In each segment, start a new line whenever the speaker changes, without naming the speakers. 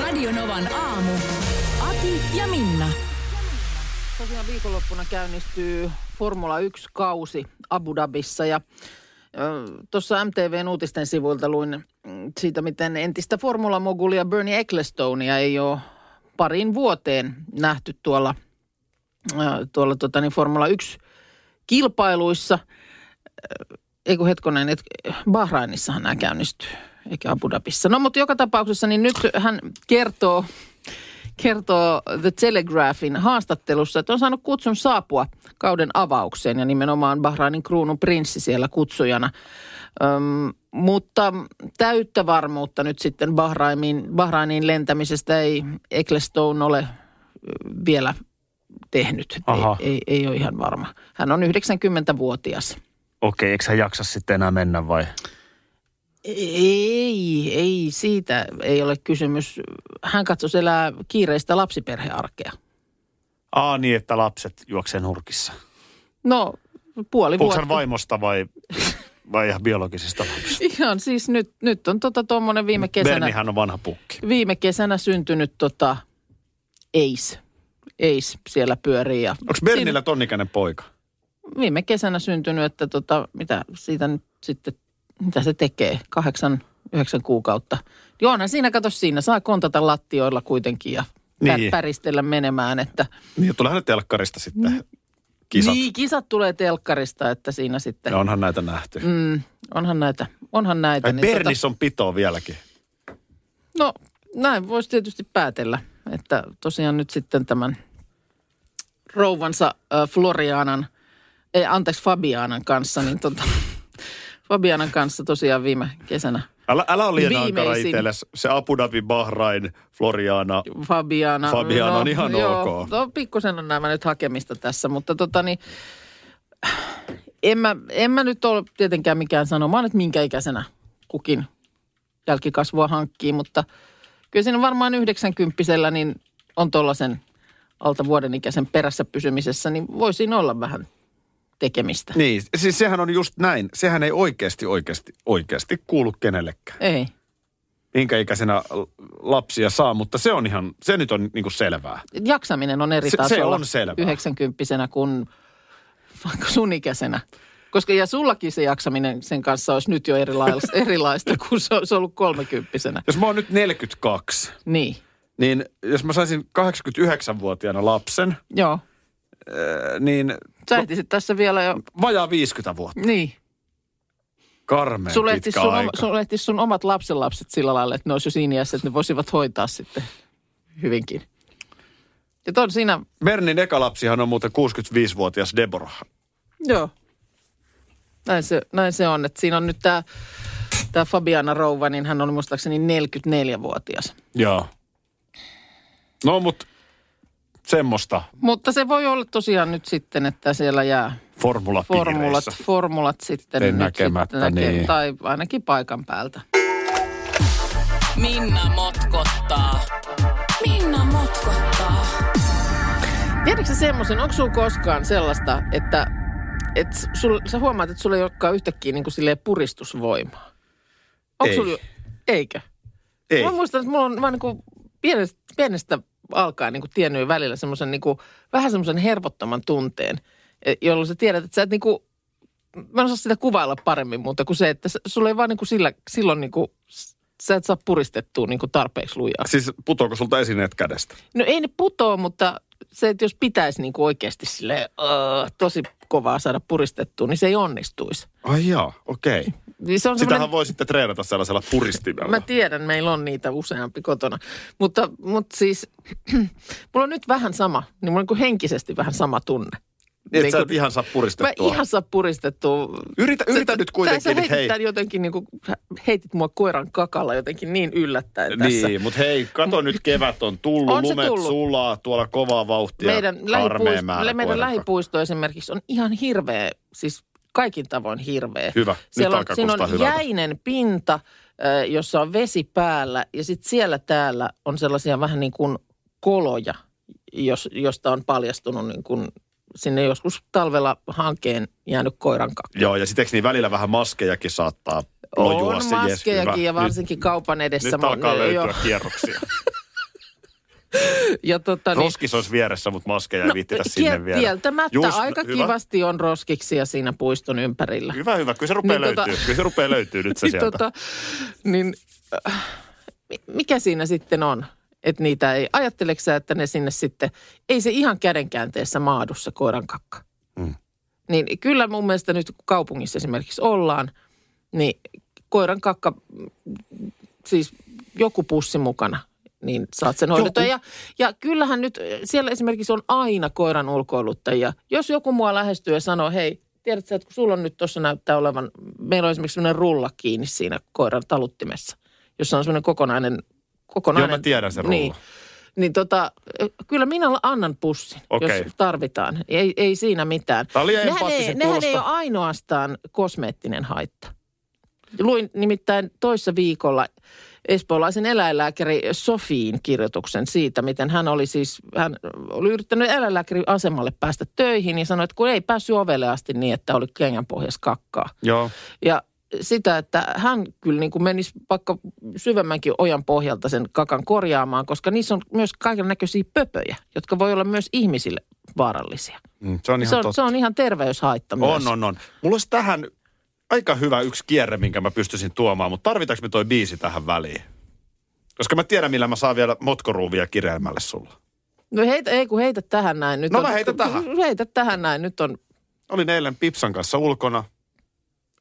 Radionovan aamu. Ati ja Minna.
Tosiaan viikonloppuna käynnistyy Formula 1-kausi Abu Dhabissa ja tuossa MTVn uutisten sivuilta luin mm, siitä, miten entistä formulamogulia Bernie Ecclestonea ei ole parin vuoteen nähty tuolla, tuolla tota niin Formula 1-kilpailuissa. Eikö hetkonen, että Bahrainissahan nämä käynnistyy eikä Abu Dhabissa. No mutta joka tapauksessa niin nyt hän kertoo, kertoo The Telegraphin haastattelussa, että on saanut kutsun saapua kauden avaukseen ja nimenomaan Bahrainin kruunun prinssi siellä kutsujana. Öm, mutta täyttä varmuutta nyt sitten Bahrainiin, Bahrainiin lentämisestä ei Ecclestone ole vielä tehnyt. Aha. Ei, ei, ei ole ihan varma. Hän on 90-vuotias.
Okei, eikö hän jaksa sitten enää mennä vai?
Ei, ei, siitä ei ole kysymys. Hän katsoi elää kiireistä lapsiperhearkea.
Aa niin, että lapset juoksee nurkissa.
No, puoli Onko vuotta.
Onko vaimosta vai, vai ihan biologisista lapsista?
Ihan siis nyt, nyt on tota tuommoinen viime kesänä.
Bernihän on vanha pukki.
Viime kesänä syntynyt tota Ace. Ace siellä pyörii. Ja
Onko Bernillä tonnikäinen poika?
Viime kesänä syntynyt, että tota, mitä siitä nyt sitten mitä se tekee, kahdeksan, yhdeksän kuukautta. Joo, onhan siinä, kato siinä, saa kontata lattioilla kuitenkin ja niin. päristellä menemään. Että...
Niin, tuleehan ne telkkarista sitten kisat.
Mm. Niin, kisat tulee telkkarista, että siinä sitten.
No onhan näitä nähty.
Mm, onhan näitä, onhan näitä.
Ai, niin Bernis tota... on pitoa vieläkin.
No, näin voisi tietysti päätellä, että tosiaan nyt sitten tämän rouvansa äh, Florianan, ei anteeksi Fabianan kanssa, niin tota, Fabianan kanssa tosiaan viime kesänä.
Älä, älä ole liian ankara itsellesi. Se Abu Dhabi, Bahrain, Floriana,
Fabiana,
Fabiana no, on ihan
joo,
ok.
No, pikkusen on nämä nyt hakemista tässä, mutta tota niin, en mä, en mä nyt ole tietenkään mikään sanomaan, että minkä ikäisenä kukin jälkikasvua hankkii, mutta kyllä siinä varmaan 90 niin on tuollaisen alta vuoden ikäisen perässä pysymisessä, niin voisin olla vähän tekemistä.
Niin, siis sehän on just näin. Sehän ei oikeasti, oikeasti, oikeasti kuulu kenellekään.
Ei.
Minkä ikäisenä lapsia saa, mutta se on ihan, se nyt on niinku selvää.
Jaksaminen on eri se, tasolla.
Se on selvää.
90 kuin vaikka sun ikäisenä. Koska ja sullakin se jaksaminen sen kanssa olisi nyt jo erilaista, erilaista kuin se olisi ollut kolmekymppisenä.
Jos mä oon nyt 42.
Niin.
Niin jos mä saisin 89-vuotiaana lapsen.
Joo.
Äh, niin
Sähtisit tässä vielä jo...
Vajaa 50 vuotta.
Niin.
Karmea
sun
pitkä
sun,
aika.
Sun, sun omat lapsenlapset sillä lailla, että ne olisi jo siinä iässä, että ne voisivat hoitaa sitten hyvinkin. Ja on siinä...
Bernin eka lapsihan on muuten 65-vuotias Deborah.
Joo. Näin se, näin se on, että siinä on nyt tämä tää Fabiana Rouva, niin hän on muistaakseni 44-vuotias.
Joo. No, mutta semmoista.
Mutta se voi olla tosiaan nyt sitten, että siellä jää
formulat,
formulat, formulat sitten,
sitten
nyt
näkemättä. Sitten näke- niin.
Tai ainakin paikan päältä.
Minna motkottaa. Minna motkottaa.
Tiedätkö semmoisen, onko sulla koskaan sellaista, että et sul, sä huomaat, että sulla ei olekaan yhtäkkiä niin kuin puristusvoimaa? Onko
ei.
Sul, eikö?
Ei.
Mä muistan, että mulla on vaan niin kuin pienestä, pienestä alkaa niin kuin tiennyt välillä semmoisen niin kuin, vähän semmoisen hervottoman tunteen, e, jolloin sä tiedät, että sä et niin kuin, mä en osaa sitä kuvailla paremmin muuta kuin se, että sulla ei vaan niin kuin sillä, silloin niin kuin, sä et saa puristettua niin kuin tarpeeksi lujaa.
Siis putoako sulta esineet kädestä?
No ei ne putoa, mutta se, että jos pitäisi niin kuin oikeasti sille uh, tosi kovaa saada puristettua, niin se ei onnistuisi.
Ai jaa, okei. Okay. Niin se on Sitähän semmoinen... voi sitten treenata sellaisella puristimella.
Mä tiedän, meillä on niitä useampi kotona. Mutta, mutta siis, mulla on nyt vähän niinku sama, niin mulla on niin henkisesti vähän sama tunne.
Niin, et sä
niinku-
et ihan saa
Mä
puristettua.
ihan saa puristettua.
Yritä, yritä
Sä-
nyt
Sä
kuitenkin,
heitit
että hei.
tän jotenkin niin kuin, heitit mua koiran kakalla jotenkin niin yllättäen tässä.
Niin, mutta hei, kato nyt kevät on tullut,
On se
lumet
tullut.
sulaa tuolla kovaa vauhtia.
meidän,
Karmea
lähipuisto,
määrä
meidän
koiran
lähipuisto esimerkiksi on ihan hirveä, siis kaikin tavoin hirveä.
Hyvä. Nyt
Siellä on,
alkaa
siinä on
kuulostaa hyvältä.
jäinen pinta, ö, jossa on vesi päällä ja sitten siellä täällä on sellaisia vähän niin kuin koloja, jos, josta on paljastunut niin kuin sinne joskus talvella hankeen jäänyt koiran kakku.
Joo, ja sittenks niin välillä vähän maskejakin saattaa lojua
On
No, se jes,
maskejakin
hyvä.
ja varsinkin kaupan
Nyt,
edessä.
nyt
Mä-
alkaa löytyä
joo.
kierroksia.
Ja tota, niin, No,
Roskis olisi vieressä, mutta maskeja ei viittitä
kiel-
sinne vielä.
Kieltämättä
Just, no,
aika
hyvä.
kivasti on roskiksia siinä puiston ympärillä.
Hyvä, hyvä. Kyllä se rupeaa
Niin
niin,
tota-
löytyy. Kyllä se rupeaa löytyy nyt se
Niin
sieltä.
tota, niin, äh, mi- mikä siinä sitten on? Että niitä ei, ajatteleksä, että ne sinne sitten, ei se ihan kädenkäänteessä maadussa koiran kakka.
Mm.
Niin kyllä mun mielestä nyt kun kaupungissa esimerkiksi ollaan, niin koiran kakka, mm, siis joku pussi mukana, niin saat sen hoidettua.
Joku.
Ja, ja kyllähän nyt eh, siellä esimerkiksi on aina koiran ulkoiluttajia. Jos joku mua lähestyy ja sanoo, hei, tiedätkö, että kun sulla on nyt tuossa näyttää olevan, meillä on esimerkiksi sellainen rulla kiinni siinä koiran taluttimessa, jossa on semmoinen kokonainen,
Joo,
kokonainen.
mä tiedän sen
Niin,
niin.
niin tota, eh, kyllä minä annan pussin,
Okei.
jos tarvitaan. Ei, ei siinä mitään.
Tää oli liian
Nehän ei,
empaattisen
nehän ei ole
kuulosta.
ainoastaan kosmeettinen haitta. Luin nimittäin toissa viikolla espoolaisen eläinlääkäri Sofiin kirjoituksen siitä, miten hän oli siis, hän oli yrittänyt eläinlääkärin asemalle päästä töihin ja sanoi, että kun ei päässyt ovelle asti niin, että oli kengän pohjassa kakkaa.
Joo.
Ja sitä, että hän kyllä niin kuin menisi vaikka syvemmänkin ojan pohjalta sen kakan korjaamaan, koska niissä on myös kaiken näköisiä pöpöjä, jotka voi olla myös ihmisille vaarallisia.
Mm, se on ihan
Se on,
totta.
se on ihan terveyshaitta myös.
On, on, on. Mulla olisi tähän aika hyvä yksi kierre, minkä mä pystyisin tuomaan, mutta tarvitaanko me toi biisi tähän väliin? Koska mä tiedän, millä mä saan vielä motkoruuvia kirjaimelle sulla.
No heitä, ei kun heitä tähän näin. Nyt
No
on,
mä heitän tähän.
Heitä tähän näin. Nyt on
Olin eilen Pipsan kanssa ulkona.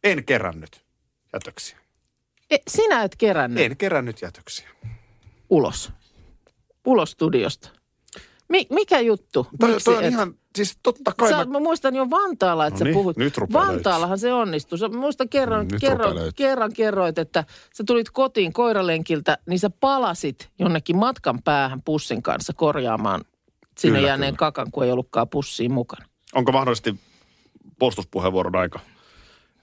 En kerännyt jätöksiä.
E, sinä et kerännyt
En kerännyt jätöksiä.
ulos. Ulos studiosta. Mi, mikä juttu?
Toi,
Miksi
toi on
et?
ihan, siis totta kai
Sä,
mä...
mä muistan jo Vantaalla, että
No
sä
niin,
puhut.
nyt rupeaa
Vantaallahan se onnistui. Sä, mä muistan kerran,
Mm, nyt
kerran,
rupeaa löytyä.
kerran kerroit, että sä tulit kotiin koiralenkiltä, niin sä palasit jonnekin matkan päähän pussin kanssa korjaamaan sinne
Kyllä,
jääneen kakan, kun ei ollutkaan pussiin mukana.
onko mahdollisesti puolustuspuheenvuoron aika?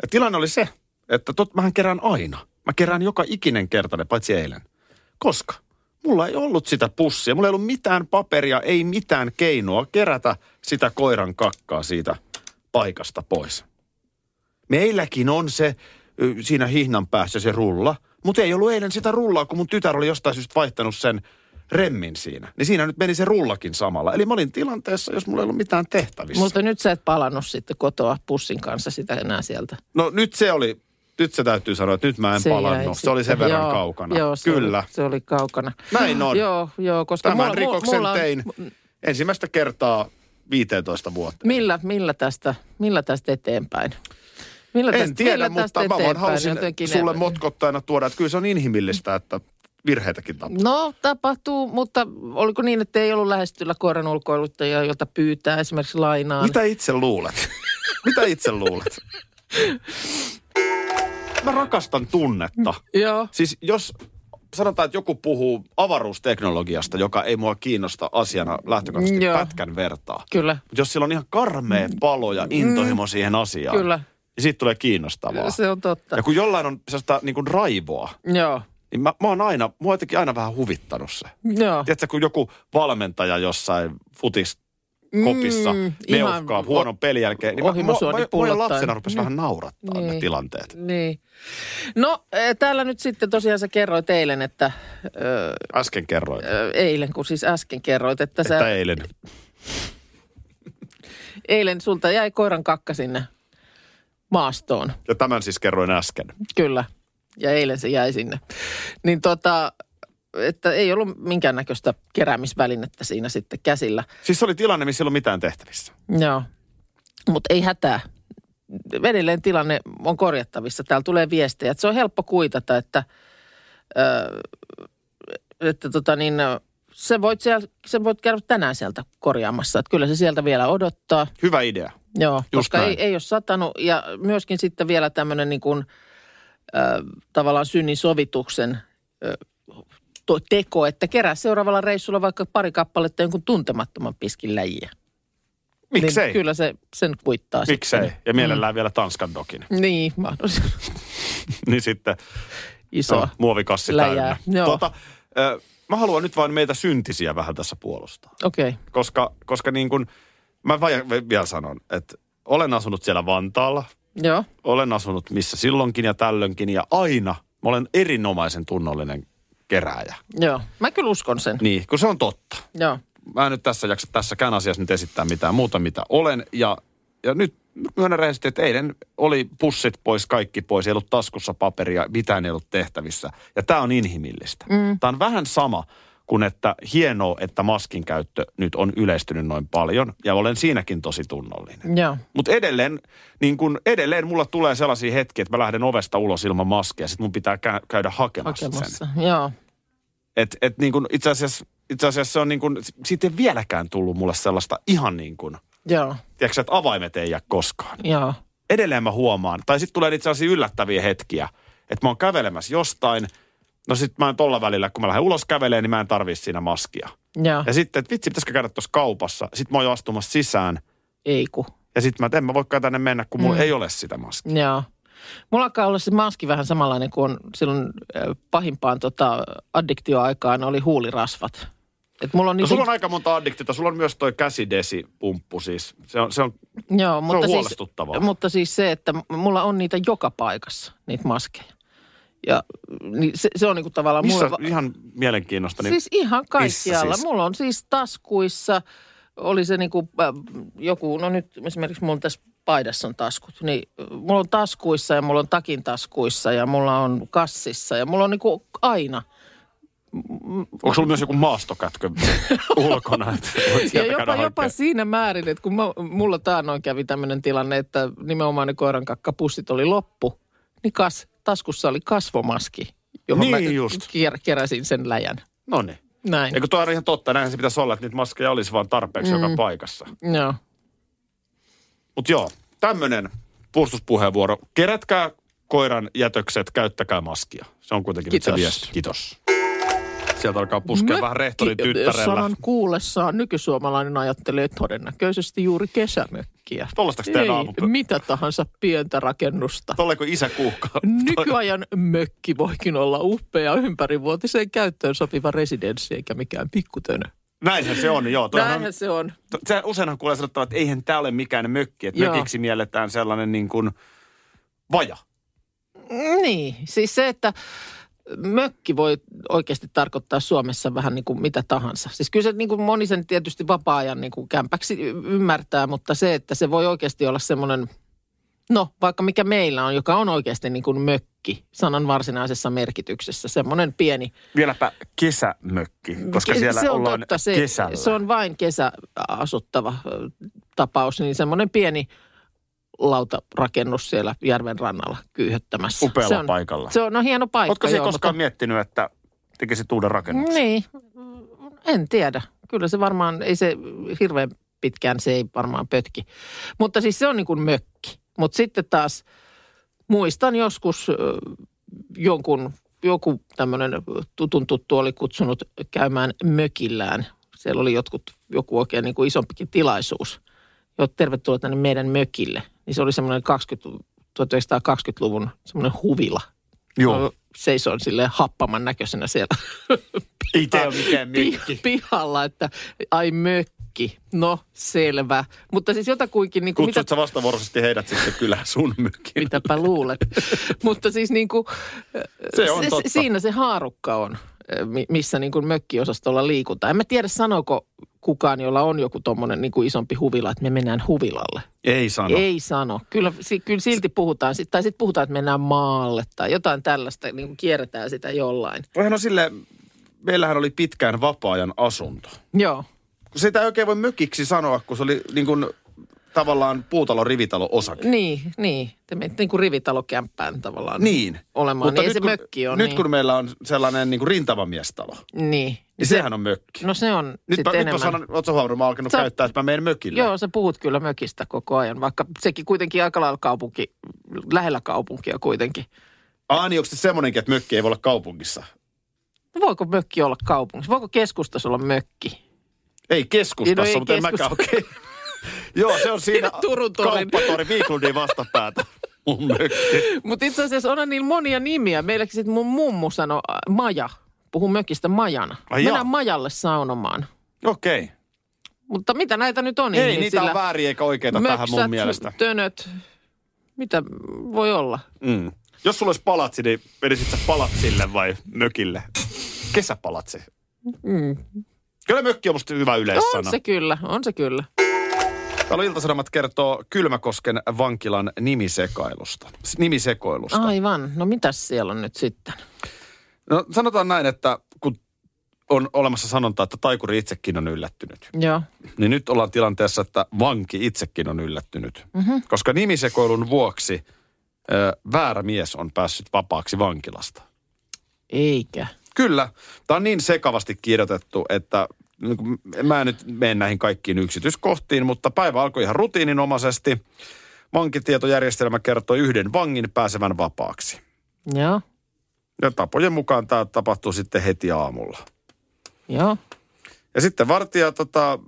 Ja tilanne oli se, että tot, mähän kerään aina. Mä kerään joka ikinen kertainen, paitsi eilen. Koska mulla ei ollut sitä pussia. Mulla ei ollut mitään paperia, ei mitään keinoa kerätä sitä koiran kakkaa siitä paikasta pois. Meilläkin on se ö, siinä hihnan päässä se rulla, mutta ei ollut eilen sitä rullaa, kun mun tytär oli jostain syystä vaihtanut sen remmin siinä. Niin siinä nyt meni se rullakin samalla. Eli mä olin tilanteessa, jos mulla ei ollut mitään tehtävissä.
Mutta nyt sä et palannut sitten kotoa pussin kanssa sitä enää sieltä.
No nyt se oli, nyt se täytyy sanoa, että nyt mä en
Se
se
jäi
palannut. Se oli sen
sitten.
verran
joo,
kaukana.
Joo, se
Kyllä.
Oli, se oli kaukana.
Näin on.
Joo, joo, koska
Tämän
mulla,
rikoksen
mulla on,
tein ensimmäistä kertaa 15 vuotta.
Millä, millä, tästä, millä tästä eteenpäin? Millä
En
tästä,
tiedä,
millä tästä
mutta mä vaan
eteenpäin?
halusin
Jotenkin
sulle
en-
motkottajana tuoda, että kyllä se on inhimillistä, että virheitäkin tapahtuu.
No, tapahtuu, mutta oliko niin, että ei ollut lähestyllä koiran ulkoiluttajia, jolta pyytää esimerkiksi lainaa?
Mitä itse luulet? Mitä itse luulet? Mä rakastan tunnetta.
Joo.
Siis jos sanotaan, että joku puhuu avaruusteknologiasta, joka ei mua kiinnosta asiana lähtökohtaisesti
Joo.
pätkän vertaa.
Kyllä,
Mutta jos sillä on ihan karmea palo ja intohimo siihen asiaan,
Mm. Kyllä.
niin siitä tulee kiinnostavaa.
se on totta.
Ja kun jollain on sellaista niin kuin raivoa,
Joo,
niin mä, mä oon aina, mua jotenkin aina vähän huvittanut se.
joo.
Tiedätkö, kun joku valmentaja jossain futiskopissa
Mm,
mm,
ihan
neuhkaa
o-
huonon pelin jälkeen, niin mä,
ohimosuoni
mä, mä, mä jo
pullottaen.
lapsena rupesi vähän naurattaa niin.
Niin.
ne tilanteet.
Niin. No, eh, täällä nyt sitten tosiaan sä kerroit eilen, että ö,
Äsken kerroin,
ö, eilen, kun siis äsken kerroit, että,
että
Äh, sä
eilen.
eilen sulta jäi koiran kakka sinne maastoon.
Ja tämän siis kerroin äsken.
Kyllä. Ja eilen se jäi sinne. Niin tota, että ei ollut minkäännäköistä keräämisvälinettä siinä sitten käsillä.
Siis se oli tilanne, missä ei ollut mitään tehtävissä.
Joo. Mutta ei hätää. Edelleen tilanne on korjattavissa. Täällä tulee viestejä. että se on helppo kuitata, että, ö, että tota niin, ö, se voit, siellä, se voit käydä tänään sieltä korjaamassa. Että kyllä se sieltä vielä odottaa.
Hyvä idea.
Joo,
Just
koska
näin.
ei, ei ole satanut. Ja myöskin sitten vielä tämmöinen niin kuin, äh, tavallaan synnin sovituksen äh, to, teko, että kerää seuraavalla reissulla vaikka pari kappaletta jonkun tuntemattoman piskin läjiä.
Miksei?
Niin kyllä Mm. se sen kuittaa
Miksei?
sitten.
Ja mielellään vielä Tanskan dokin.
Niin, mahdollisimman
niin sitten
iso. No.
no, muovikassi
läjää.
täynnä.
Joo.
Tuota, ö, mä haluan nyt vain meitä syntisiä vähän tässä puolustaa.
Okei, okay.
Koska, koska niin kuin, mä vaja- vielä sanon, että olen asunut siellä Vantaalla,
joo.
olen asunut missä silloinkin ja tällöinkin ja aina mä olen erinomaisen tunnollinen kerääjä.
Joo, mä kyllä uskon sen.
Niin, kun se on totta.
Joo,
Mä en nyt tässä jaksa tässäkään asiassa nyt esittää mitään muuta, mitä olen. Ja, ja nyt myönnän rehellisesti, että eilen oli pussit pois, kaikki pois. Ei ollut taskussa paperia, mitään ei ollut tehtävissä. Ja tämä on inhimillistä. Mm. Tämä on vähän sama kuin että hienoa, että maskin käyttö nyt on yleistynyt noin paljon. Ja olen siinäkin tosi tunnollinen.
joo.
Mutta edelleen, niin kun edelleen mulla tulee sellaisia hetkiä, että mä lähden ovesta ulos ilman maskia. Sitten mun pitää kä- käydä hakemassa, sen.
Hakemassa. Joo,
Et, et niin kun itse, asiassa, itse asiassa se on niin kun, siitä ei vieläkään tullut mulle sellaista ihan niin kun,
joo,
tiedätkö, sä, että avaimet ei jää koskaan.
joo.
Edelleen mä huomaan, tai sitten tulee niitä sellaisia yllättäviä hetkiä, että mä oon kävelemässä jostain, no sit mä en tolla välillä, kun mä lähden ulos kävelemään, niin mä en tarvii siinä maskia.
Joo,
Ja sitten, että vitsi, pitäisikö käydä tuossa kaupassa, sit mä oon jo astumassa sisään,
ei ku.
ja sit mä, et en mä voikaan tänne mennä, kun mulla mm. ei ole sitä maskia.
Joo. Mulla alkaa olla se maski vähän samanlainen kuin on silloin äh, pahimpaan tota, addiktioaikaan oli huulirasvat. Et mulla on
No
niin
sulla on aika monta addiktiota. Sulla on myös toi käsidesipumppu siis. Se on, se on,
joo, mutta
on
siis,
huolestuttavaa.
Mutta siis se, että m- mulla on niitä joka paikassa, niitä maskeja. Ja niin se, se on niinku tavallaan
missä,
mulle... va-
ihan mielenkiinnosta. Niin,
Siis ihan kaikkialla.
siis?
Mulla on siis taskuissa, oli se niinku äh, joku, no nyt esimerkiksi mulla tässä paidassa on taskut, niin äh, mulla on taskuissa ja mulla on takin taskuissa ja mulla on kassissa ja mulla on niinku aina.
onko sulla myös joku maastokätkö ulkona? Että voit
Ja
sieltä
jopa,
käydä
jopa
hakemaan?
siinä määrin, että kun mä, mulla taannoin kävi tämmöinen tilanne, että nimenomaan ne koiran kakkapussit oli loppu, niin kas, taskussa oli kasvomaski, johon mä
Niin just.
kier- keräsin sen läjän.
No niin.
Näin.
Eikö tuo on ihan totta? Näinhän se pitäisi olla, että niitä maskeja olisi vaan tarpeeksi mm. joka paikassa.
Joo.
Mutta joo, tämmöinen puolustuspuheenvuoro. Kerätkää koiran jätökset, käyttäkää maskia. Se on kuitenkin nyt se
Kiitos.
viesti. Kiitos. Sieltä alkaa puskea vähän rehtorin
Mökki-
tyttärellä.
Sanan kuullessaan nykysuomalainen ajattelee todennäköisesti juuri kesämökkiä.
Tollastaks
Ei,
teidän aamupö-
mitä tahansa pientä rakennusta.
Tolleko isä kuuhkaa?
Nykyajan mökki voikin olla upea ympärivuotiseen käyttöön sopiva residenssi eikä mikään pikkutönö.
Näinhän se on, joo. Toihan on,
Näinhän se on.
To- se useinhan kuulee sanottavan, että eihän tämä ole mikään mökki, että
Joo.
mökiksi mielletään sellainen niin kuin vaja.
Niin, siis se, että mökki voi oikeasti tarkoittaa Suomessa vähän niin kuin mitä tahansa. Siis kyllä se niin kuin moni sen tietysti vapaa-ajan niin kuin kämpäksi y- ymmärtää, mutta se, että se voi oikeasti olla semmoinen, no vaikka mikä meillä on, joka on oikeasti niin kuin mökki sanan varsinaisessa merkityksessä. Semmoinen pieni,
Vieläpä kesämökki, koska
Ke-
siellä
se on
ollaan
totta, se,
kesällä.
se on vain kesäasuttava ö, tapaus, niin semmoinen pieni lautarakennus siellä järven rannalla kyyhöttämässä.
Upealla
se on,
paikalla.
Se on no, hieno paikka.
Oletko se
joo,
koskaan miettinyt, että tekisit uuden rakennuksen?
Niin, en tiedä. Kyllä se varmaan, ei se hirveän pitkään, se ei varmaan pötki. Mutta siis se on niin kuin mökki. Mutta sitten taas muistan joskus ö, jonkun, joku tämmöinen tutun tuttu oli kutsunut käymään mökillään. Siellä oli jotkut, joku oikein niin kuin isompikin tilaisuus. Jo, tervetuloa tänne meidän mökille. Niin se oli semmoinen 20, 1920-luvun semmoinen huvila.
No,
Mä Seisoin silleen happaman näköisenä siellä
Ei tämä ole mikään
pi-
mökki.
pihalla, että ai mökki. No, selvä. Mutta siis jotakuinkin, niin kuin, mitä,
Kutsut sä vastavuoroisesti heidät sitten kylään sun mökkiin.
mitäpä luulet. Mutta siis niin kuin,
Se on totta.
siinä se haarukka on, mi- missä niin kuin mökkiosastolla liikutaan. En mä tiedä, sanoko kukaan, jolla on joku tuommoinen niin kuin isompi huvila, että me mennään huvilalle.
Ei sano.
No. Ei sano. Kyllä, si- kyllä silti puhutaan, sit- tai sitten puhutaan, että mennään maalle tai jotain tällaista, niin kuin kierretään sitä jollain.
Vähän on sille, meillähän oli pitkään vapaa-ajan asunto.
Joo,
Kun Sitä ei oikein voi mökiksi sanoa, kun se oli niin kuin tavallaan puutalo rivitalo osake.
Niin, niin. Te menette niin kuin rivitalokämppään tavallaan.
Niin.
Olemaan, niin Mm. ei se
kun,
mökki on,
Nyt
niin.
kun meillä on sellainen niin kuin rintamamiestalo, niin,
Niin.
niin sehän on mökki.
No se on
nyt mä,
sitten
nyt mä
enemmän.
sanon, niin ootko huomannut, mä oon alkanut
Sä-
käyttää, että mä menen mökille.
Joo, sä puhut kyllä mökistä koko ajan, vaikka sekin kuitenkin aika lailla kaupunki, lähellä kaupunkia kuitenkin.
Aa, niin onko se semmoinenkin, että mökki ei voi olla kaupungissa?
No Voiko mökki olla kaupungissa? Voiko keskustassa olla mökki?
Ei keskustassa,
No ei
mutta en mäkään
keskus-
okei. Joo, se on siinä
Turun torin.
kauppatori Viiklundin vastapäätä. Mun mökki.
Mutta itse asiassa onhan niillä monia nimiä. Meilläkin sitten mun mummu sanoi äh, maja. Puhun mökistä majana.
Ai
Mennään
joo.
majalle saunomaan.
Okei.
Niin,
Okay.
Mutta mitä näitä nyt on?
Niin, Ei,
ihmisillä?
niitä on väärin eikä oikeita tähän mun mielestä.
tönöt. Mitä voi olla?
Mm. Jos sulla olisi palatsi, niin menisit sä palatsille vai mökille? Kesäpalatsi.
Mm.
Kyllä mökki on musta hyvä
On
yleissana.
No, se kyllä, on se kyllä.
Täällä Iltasanomat kertoo Kylmäkosken vankilan nimisekailusta. S- Nimisekoilusta.
Aivan. No mitäs siellä on nyt sitten?
No, sanotaan näin, että kun on olemassa sanonta, että taikuri itsekin on yllättynyt.
Joo.
Niin nyt ollaan tilanteessa, että vanki itsekin on yllättynyt. Mm-hmm. Koska nimisekoilun vuoksi ö, väärä mies on päässyt vapaaksi vankilasta.
Eikä.
Kyllä. Tämä on niin sekavasti kirjoitettu, että niin kuin mä en nyt mene näihin kaikkiin yksityiskohtiin, mutta päivä alkoi ihan rutiininomaisesti. Vankitietojärjestelmä kertoi yhden vangin pääsevän vapaaksi.
Joo.
Ja tapojen mukaan tämä tapahtuu sitten heti aamulla.
Joo.
Ja sitten vartija tota,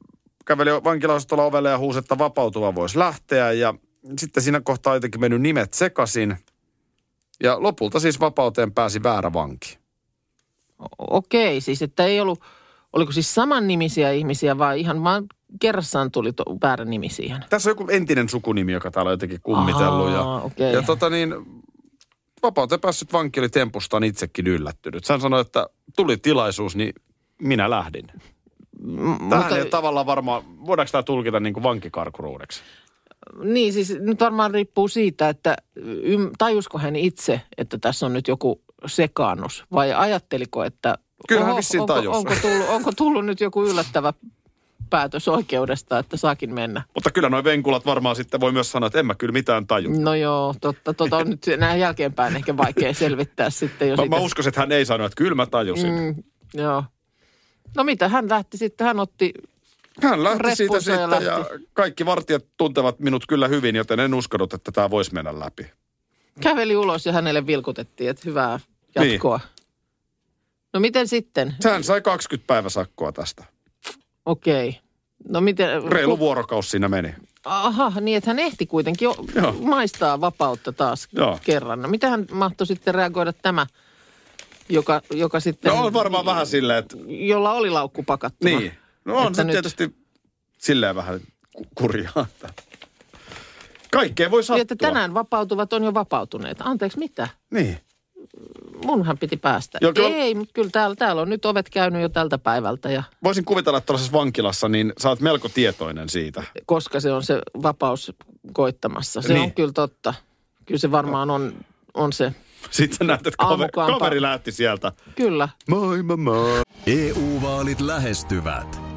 käveli vankilaosastolla ovelle ja huusi, että vapautuva voisi lähteä. Ja sitten siinä kohtaa on jotenkin mennyt nimet sekaisin. Ja lopulta siis vapauteen pääsi väärä vanki.
O- Okei, siis että ei ollut, oliko siis samannimisiä ihmisiä vai ihan vaan kerrassaan tuli to, väärä nimi siihen?
Tässä on joku entinen sukunimi, joka täällä on jotenkin kummitellut. ja,
Ahaa, okei.
ja tota niin, vapauteen päässyt vanki oli tempustaan itsekin yllättynyt. Hän sanoi, että tuli tilaisuus, niin minä lähdin.
M-
Tähän ei ole tavallaan varmaan, voidaanko tämä tulkita niin kuin vankikarkuruudeksi?
Niin, siis nyt varmaan riippuu siitä, että ym, tajusko hän itse, että tässä on nyt joku sekaannus vai ajatteliko, että
Kyllä hän vissiin
onko,
tajus.
onko, tullut, onko tullut nyt joku yllättävä päätös oikeudesta, että saakin mennä.
Mutta kyllä noin venkulat varmaan sitten voi myös sanoa, että en mä kyllä mitään taju.
No joo, totta, tota on nyt näin jälkeenpäin ehkä vaikea selvittää sitten. Jos
Mä,
itse-
mä uskoisin, että hän ei sano, että kyllä mä tajusin. Mm.
Mm, joo. No mitä, hän lähti sitten, hän otti,
Hän lähti siitä
Reppunsa ja
sitten
lähti.
ja kaikki vartijat tuntevat minut kyllä hyvin, joten en uskonut, että tämä voisi mennä läpi.
käveli ulos ja hänelle vilkutettiin, että hyvää jatkoa. Niin. No miten sitten?
Hän sai 20 päiväsakkoa tästä.
Okei. Okay. No miten?
Reilu vuorokausi siinä meni.
Aha, niin että hän ehti kuitenkin jo
Joo.
maistaa vapautta taas
Joo.
kerran. No mitä hän mahtoi sitten reagoida tämä, joka, joka sitten,
No on varmaan vähän silleen, että
jolla oli laukku pakattuna?
niin. No on
Että
se
nyt-
tietysti silleen vähän ku- kurjaa. että Kaikkea voi sattua.
Niin, että tänään vapautuvat on jo vapautuneet. Anteeksi, mitä?
Niin.
Munhan piti päästä.
Joo, kyllä-
Ei, mutta kyllä täällä, täällä on nyt ovet käynyt jo tältä päivältä ja
Voisin kuvitella, että tuollaisessa vankilassa niin sä oot melko tietoinen siitä.
koska se on se vapaus koittamassa. Se
Niin.
niin. on kyllä totta. Kyllä se varmaan on, on se.
Sitten sä näet, että kaveri,
Aamukampa.
kaveri lähti sieltä.
Kyllä.
Moi, moi, moi.
EU-vaalit E lähestyvät.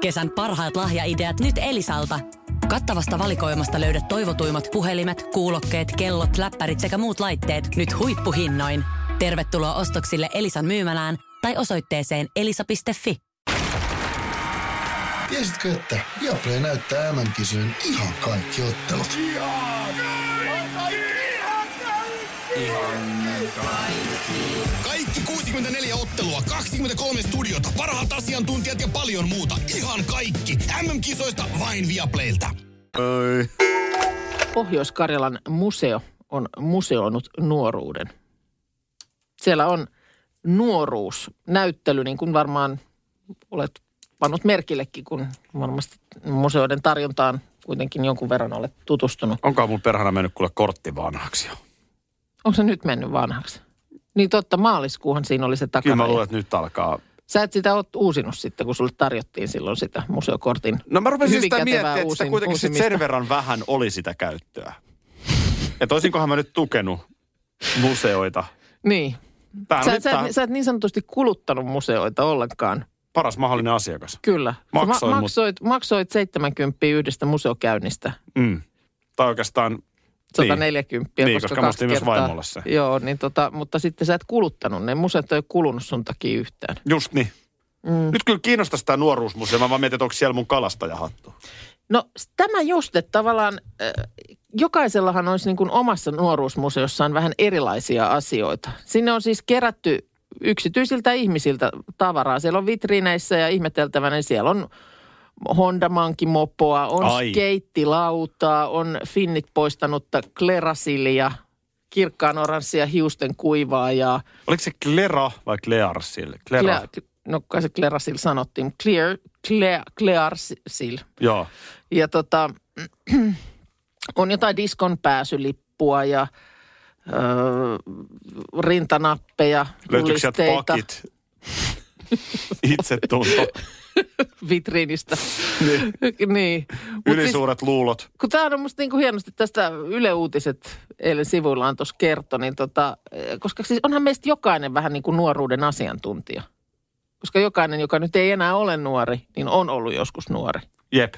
Kesän parhaat lahjaideat nyt Elisalta. Kattavasta valikoimasta löydät toivotuimmat puhelimet, kuulokkeet, kellot, läppärit sekä muut laitteet nyt huippuhinnoin. Tervetuloa ostoksille Elisan myymälään tai osoitteeseen elisa.fi.
Tiesitkö, että Viaplay näyttää MM-kisojen ihan kaikki ottelut?
Kaikki 64 ottelua, 23 studiota, parhaat asiantuntijat ja paljon muuta. Ihan kaikki. MM-kisoista vain Viaplaylta.
Pohjois-Karjalan museo on museoinut nuoruuden. Siellä on nuoruusnäyttely, niin kuin varmaan olet pannut merkillekin, kun varmasti museoiden tarjontaan kuitenkin jonkun verran olet tutustunut.
Onkaan mun perhana mennyt kuule kortti vanhaksi jo.
Onko se nyt mennyt vanhaksi? Niin totta, maaliskuuhan siinä oli se
Kyllä
takana.
mä luulen, että nyt alkaa.
Sä et sitä ole uusinut sitten, kun sulle tarjottiin silloin sitä museokortin
No mä rupesin
hyvin
sitä
kätevää
miettimään, että sitä
uusin-
kuitenkin sit
uusimista.
sen verran vähän oli sitä käyttöä. Ja toisinkohan mä nyt tukenut museoita.
Niin.
Tämä on
Sä,
nyt
et, sä,
tää
et, sä et niin sanotusti kuluttanut museoita ollenkaan.
paras mahdollinen asiakas.
Kyllä. Sä
Maksoin, mut-
maksoit, maksoit 70 yhdestä museokäynnistä.
Mm. Tai oikeastaan
140,
Niin,
koska,
koska
koska
mä
kaksi
ostin myös
kertaa.
vaimolle sen.
Joo, niin tota, mutta sitten sä et kuluttanut. Ne museot ei ole kulunut sun takia yhtään.
Just niin. Mm. Nyt kyllä kiinnostaisi tämä nuoruusmuseo. Mä vaan mietin, että onko siellä mun kalastajahattu.
No s- tämä just, että tavallaan äh, jokaisellahan olisi niin kuin omassa nuoruusmuseossaan vähän erilaisia asioita. Sinne on siis kerätty yksityisiltä ihmisiltä tavaraa. Siellä on vitriineissä ja ihmeteltävänä niin siellä on Honda mopoa, on
Ai.
Ai. skeittilautaa, on finnit poistanutta klerasilia, kirkkaan oranssia hiusten kuivaajaa.
Oliko se Klera vai Klearsil? Klera.
Clear, no kai se klerasil sanottiin, mutta clear, clear, clearsil.
Joo.
Ja tota, on jotain diskon pääsylippua ja ö, rintanappeja,
Löytyykö sieltä
julisteita
pakit? Itsetunto,
siis- vitriinistä. niin. niin. Mut siis,
ylisuuret luulot.
kun tämä on musta niinku hienosti tästä Yle Uutiset eilen sivuillaan tuossa kertoi, niin tota, ö, koska siis onhan meistä jokainen vähän niin kuin nuoruuden asiantuntija. Koska jokainen, joka nyt ei enää ole nuori, niin on ollut joskus nuori.
Jep.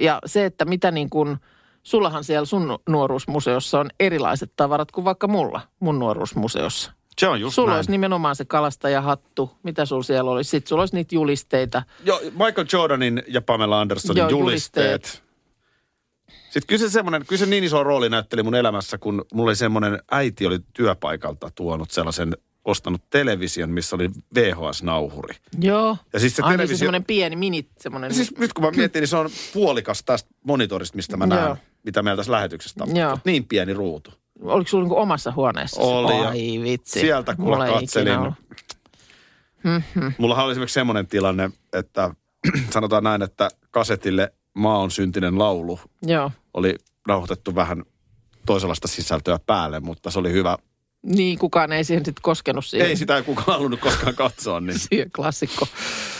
Ja se, että mitä niin kuin, sullahan siellä sun nuoruusmuseossa on erilaiset tavarat kuin vaikka mulla, mun nuoruusmuseossa.
Se on just
sulla
näin.
olisi nimenomaan se kalastajahattu, mitä sulla siellä olisi. Sitten sulla olisi niitä julisteita.
Joo, Michael Jordanin ja Pamela Andersonin
Joo,
julisteet.
julisteet.
Sitten kyllä se, semmonen, kyllä se niin iso rooli näytteli mun elämässä, kun mulla oli semmoinen, äiti oli työpaikalta tuonut sellaisen, ostanut television, missä oli VHS-nauhuri.
Joo.
Ja siis se
Ai, niin se
televisio-
semmoinen pieni mini, semmoinen.
Siis nyt kun mä mietin, niin se on puolikas tästä monitorista, mistä mä näen,
Joo.
mitä meillä tässä lähetyksessä tapahtuu.
Joo.
Niin pieni ruutu.
Oliko sulla niin omassa huoneessa? se?
Oli, ja
Ai vitsi.
sieltä kuule
Mulla ei ikinä Mhm.
katselin. niin-
ollut.
Mullahan oli esimerkiksi semmoinen tilanne, että sanotaan näin, että kasetille Maa on syntinen laulu
Joo.
oli nauhoitettu vähän toisenlaista sisältöä päälle, mutta se oli hyvä.
Niin, kukaan ei siihen sitten koskenut siihen,
Ei sitä kukaan halunnut koskaan katsoa. Niin.
siihen klassikko.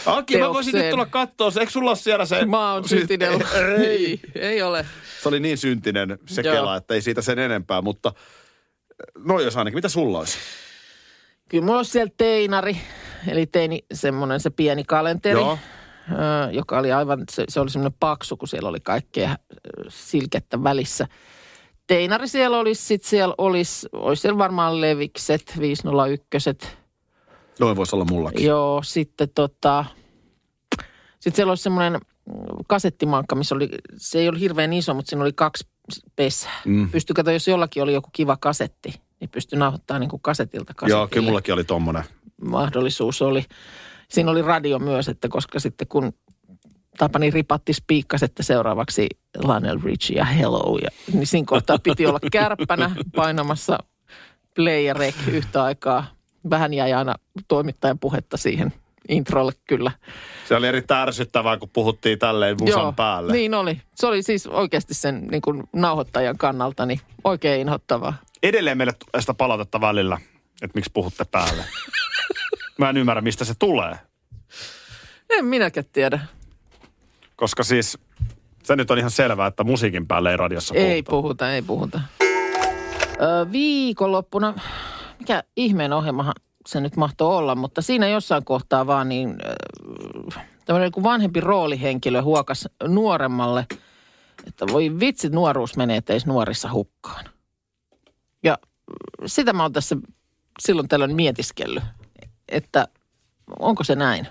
Aki, mä voisin
Teokseen.
nyt tulla katsoa. se. Eikö sulla ole siellä se...
Maa on syntinen.
siis Ei.
ei, ei ole.
Se oli niin syntinen se
Joo.
kela, että ei siitä sen enempää, mutta... No jos ainakin, mitä sulla olisi?
Kyllä mulla olisi siellä teinari, eli teini semmoinen se pieni kalenteri,
Joo.
Joo. joka oli aivan, se, se oli semmoinen paksu, kun siellä oli kaikkea ö, silkettä välissä. Teinari siellä olisi, sitten siellä olisi, olisi siellä varmaan levikset, 501.
Noin voisi olla mullakin.
Joo, sitten tota, sitten siellä olisi semmoinen mm, kasettimankka, missä oli, se ei ollut hirveän iso, mutta siinä oli kaksi pesää.
Mm.
Mm. Pystyi, kato, jos jollakin oli joku kiva kasetti, niin pystyi nauhoittamaan niin kuin kasetilta kasetille
Joo, kyllä mullakin oli tommonen.
mahdollisuus oli. Siinä oli radio myös, että koska sitten kun Tapani ripatti spiikkas, että seuraavaksi Lionel Richie ja Hello. Ja, niin siinä kohtaa piti olla kärppänä painamassa play ja rec yhtä aikaa. Vähän jäi aina toimittajan puhetta siihen introlle kyllä.
Se oli erittäin ärsyttävää, kun puhuttiin tälleen musan päälle.
niin oli. Se oli siis oikeasti sen niin kuin nauhoittajan kannalta niin oikein inhottavaa.
Edelleen meille tulee sitä palautetta välillä, että miksi puhutte päälle. Mä en ymmärrä, mistä se tulee.
En minäkään tiedä.
Koska siis se nyt on ihan selvää, että musiikin päälle ei radiossa
Ei puhuta, ei puhuta. Ö, viikonloppuna, mikä ihmeen ohjelmahan se nyt mahtoi olla, mutta siinä jossain kohtaa vaan niin ö, tämmöinen niin kuin vanhempi roolihenkilö huokas nuoremmalle, että voi vitsi nuoruus menee, ettei nuorissa hukkaan. Ja ö, sitä mä oon tässä silloin tällöin mietiskellyt, että onko se näin?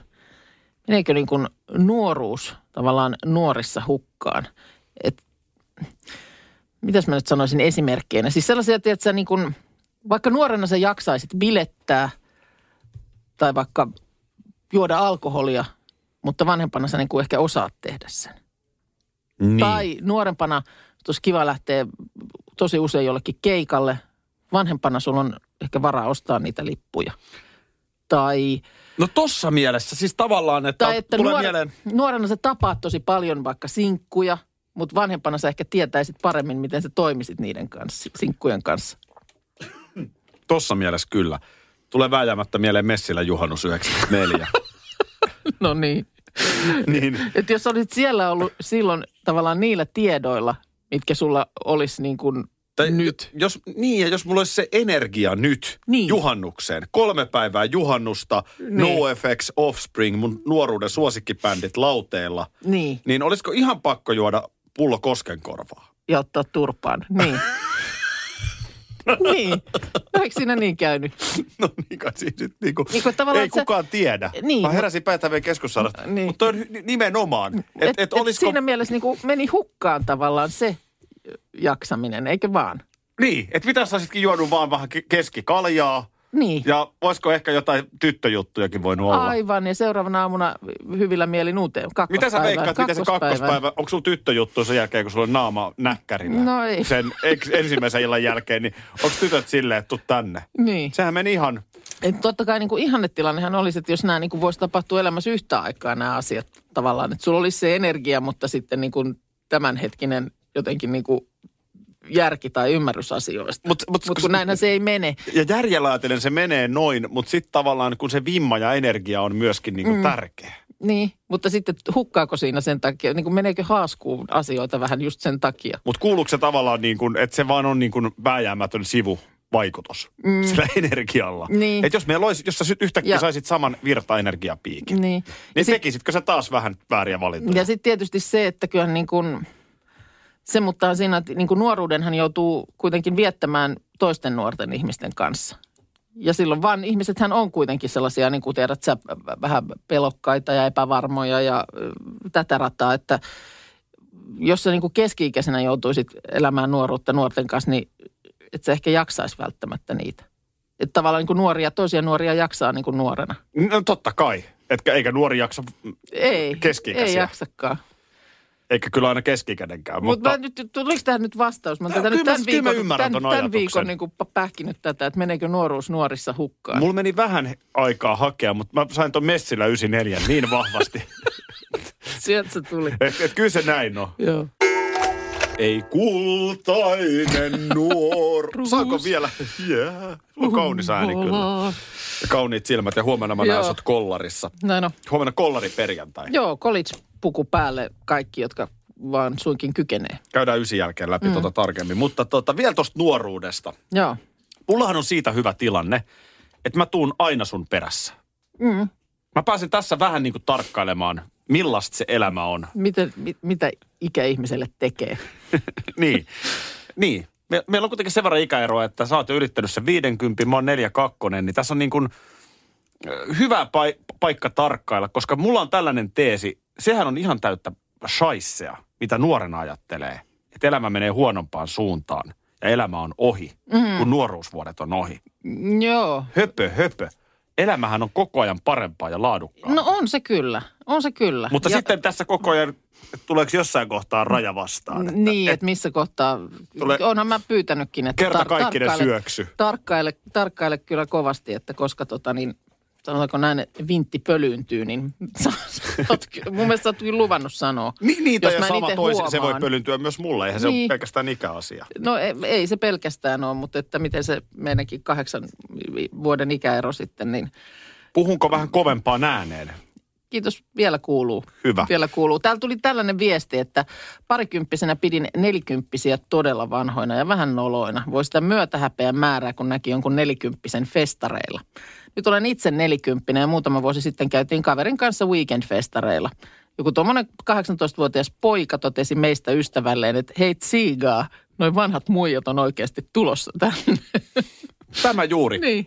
Meneekö niin kuin nuoruus tavallaan nuorissa hukkaan? Et mitäs mä nyt sanoisin esimerkkeinä? Siis sellaisia, että sä niin kuin, vaikka nuorena sä jaksaisit bilettää tai vaikka juoda alkoholia, mutta vanhempana sä niin kuin ehkä osaat tehdä sen.
Niin.
Tai nuorempana olisi kiva lähteä tosi usein jollekin keikalle. Vanhempana sulla on ehkä varaa ostaa niitä lippuja. Tai,
No tossa mielessä, siis tavallaan, että,
tai että nuor- nuorena sä tapaat tosi paljon vaikka sinkkuja, mutta vanhempana sä ehkä tietäisit paremmin, miten sä toimisit niiden kanssa, sinkkujen kanssa.
Tossa mielessä kyllä. Tulee vääjäämättä mieleen Messillä juhannus 94.
No niin.
niin.
Et jos olisit siellä ollut silloin tavallaan niillä tiedoilla, mitkä sulla olisi niin kuin
Tai
nyt.
Jos, niin, ja jos mulla olisi se energia nyt
Niin.
juhannukseen, kolme päivää juhannusta, niin. NoFX, Offspring, mun nuoruuden suosikkibändit lauteilla,
Niin,
niin olisiko ihan pakko juoda pullo koskenkorvaa?
ja ottaa turpaan. Niin. niin. No eikö siinä niin käynyt?
No niin kai siinä sit niinku,
Niin kuin tavallaan,
ei
että sä-
kukaan tiedä.
Niin,
Mä
mut-
heräsin Päätävien keskussairaalasta.
Niin.
Mutta nimenomaan, että et, et olisiko...
Siinä mielessä niin kuin meni hukkaan tavallaan se jaksaminen, eikö vaan?
Niin, että mitä sä olisitkin juonut vaan vähän ke- keskikaljaa
Niin.
ja olisiko ehkä jotain tyttöjuttujakin voinut olla?
Aivan, ja seuraavana aamuna hyvillä mielin uuteen.
Mitä sä
Kakkospäivään,
veikkaat, mitä se kakkospäivä, onko sulla tyttöjuttu sen jälkeen, kun sulla on naama näkkärillä?
No ei.
Sen ex- ensimmäisen illan jälkeen, niin onko tytöt silleen, että tuu tänne?
Niin.
Sehän meni ihan,
Et totta kai niin kuin ihannetilannehan olisi, että jos nämä niin kuin voisi tapahtua elämässä yhtä aikaa nämä asiat tavallaan. Että sulla olisi se energia, mutta sitten niin kuin tämänhetkinen jotenkin niin kuin järki tai ymmärrys asioista.
Mut- mut-
Mut kun näinhän se ei mene.
ja järjellä ajatellen se menee noin, mutta sitten tavallaan kun se vimma ja energia on myöskin niinku mm. tärkeä.
Niin, mutta sitten hukkaako siinä sen takia, niin kuin meneekö haaskuun asioita vähän just sen takia?
Mutta kuuluuko se tavallaan, niin kuin, että se vaan on niin kuin vääjäämätön sivuvaikutus mm. sillä energialla?
Niin.
Et jos, meillä olisi, jos sä syt- yhtäkkiä ja.
Ja-
saisit saman virtaenergiapiikin,
Niin.
niin tekisitkö sä taas vähän vääriä valintoja?
Ja sitten tietysti se, että kyllähän niin kuin, se mutta on siinä, että niin kuin nuoruudenhan joutuu kuitenkin viettämään toisten nuorten ihmisten kanssa. Ja silloin vaan ihmisethän on kuitenkin sellaisia, niin kuin tiedät sä, vähän pelokkaita ja epävarmoja ja ö, tätä rataa, että jos sä niin kuin keski-ikäisenä joutuisit elämään nuoruutta nuorten kanssa, niin et sä ehkä jaksaisi välttämättä niitä. Että tavallaan niin kuin nuoria, toisia nuoria jaksaa niin kuin nuorena.
No totta kai. Etkä, eikä nuori jaksa,
Ei,
Keski-ikäisiä.
ei jaksakaan.
eikä kyllä aina keskikädenkään,
Mutta
mutta
mut mä nyt, tuliko tähän nyt vastaus? Mä oon
Joo,
tätä nyt
kyllä mä-
tämän
kyllä mä
viikon,
ymmärrän
tämän,
ton
tämän
ajatuksen.
viikon niin kuin pähkinyt tätä, että meneekö nuoruus nuorissa hukkaan.
mulla meni vähän aikaa hakea, mutta mä sain ton Messillä 94 niin vahvasti,
Sieltä se tuli.
että et kyllä se näin on.
Joo.
Ei kultainen nuoru. Saako vielä? Yeah. Sulla on kaunis ääni kyllä. Ja kauniit silmät ja huomenna mä näen
Joo.
sut kollarissa.
Näin on.
Huomenna kollari perjantai.
No, Joo, college-puku päälle kaikki, jotka vaan suinkin kykenee.
Käydään ysin jälkeen läpi mm. tota tarkemmin. Mutta tota, vielä tosta nuoruudesta.
Joo.
Mullahan on siitä hyvä tilanne, että mä tuun aina sun perässä. Mm. Mä pääsen tässä vähän niin kuin tarkkailemaan, millaista se elämä on.
Miten, mit, mitä ikäihmiselle tekee?
niin, niin. Me, meillä on kuitenkin sen verran ikäeroa, että sä oot jo yrittänyt sen 50, mä oon 42, niin tässä on niin kuin ö, hyvä pai- paikka tarkkailla, koska mulla on tällainen teesi, sehän on ihan täyttä shaissea, mitä nuorena ajattelee, että elämä menee huonompaan suuntaan ja elämä on ohi, mm. kun nuoruusvuodet on ohi.
Mm, Joo.
höpö, höpö. Elämähän on koko ajan parempaa ja laadukkaampaa.
No on se kyllä, on se kyllä.
Mutta
Ja-
sitten tässä koko ajan, että tuleeko jossain kohtaa raja vastaan? Että,
Niin,
et,
että missä kohtaa,
Tule-
Tule... onhan mä pyytänytkin, että
Kerta kaikkinen
tarkkaile-
syöksy.
Tarkkaile, tarkkaile kyllä kovasti, että koska tota niin, sanotaanko näin, että vintti pölyyntyy, niin sä, sä oot, ky- mun mielestä sä oot kyllä luvannut sanoa.
niin, niin
jos
tai
mä en
sama
ite
toisi, se voi
huomaan.
pölyntyä myös mulle, eihän se ole
Niin.
pelkästään ikäasia.
No ei, ei se pelkästään ole, mutta että miten se meidänkin kahdeksan vuoden ikäero sitten, niin
Puhunko vähän kovempaan ääneen?
Kiitos, vielä kuuluu.
Hyvä.
Vielä kuuluu. Täällä tuli tällainen viesti, että parikymppisenä pidin nelikymppisiä todella vanhoina ja vähän noloina. Voi sitä myötähäpeän määrää, kun näki jonkun nelikymppisen festareilla. Nyt olen itse nelikymppinen ja muutama vuosi sitten käytiin kaverin kanssa weekend-festareilla. Joku tuommoinen 18-vuotias poika totesi meistä ystävälleen, että hei siigaa, noi vanhat muijat on oikeasti tulossa tänne.
Tämä juuri.
niin.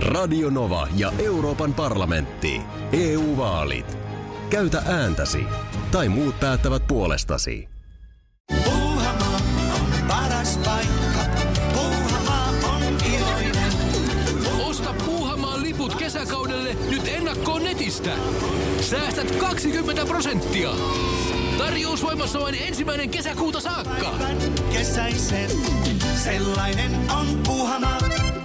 Radio Nova ja Euroopan parlamentti. EU-vaalit. Käytä ääntäsi. Tai muut päättävät puolestasi.
Osta Puuhamaan liput kesäkaudelle nyt ennakkoon netistä. Säästät 20 prosenttia. Tarjous voimassa vain ensimmäinen kesäkuuta saakka.
Kesäisen, sellainen on puhana.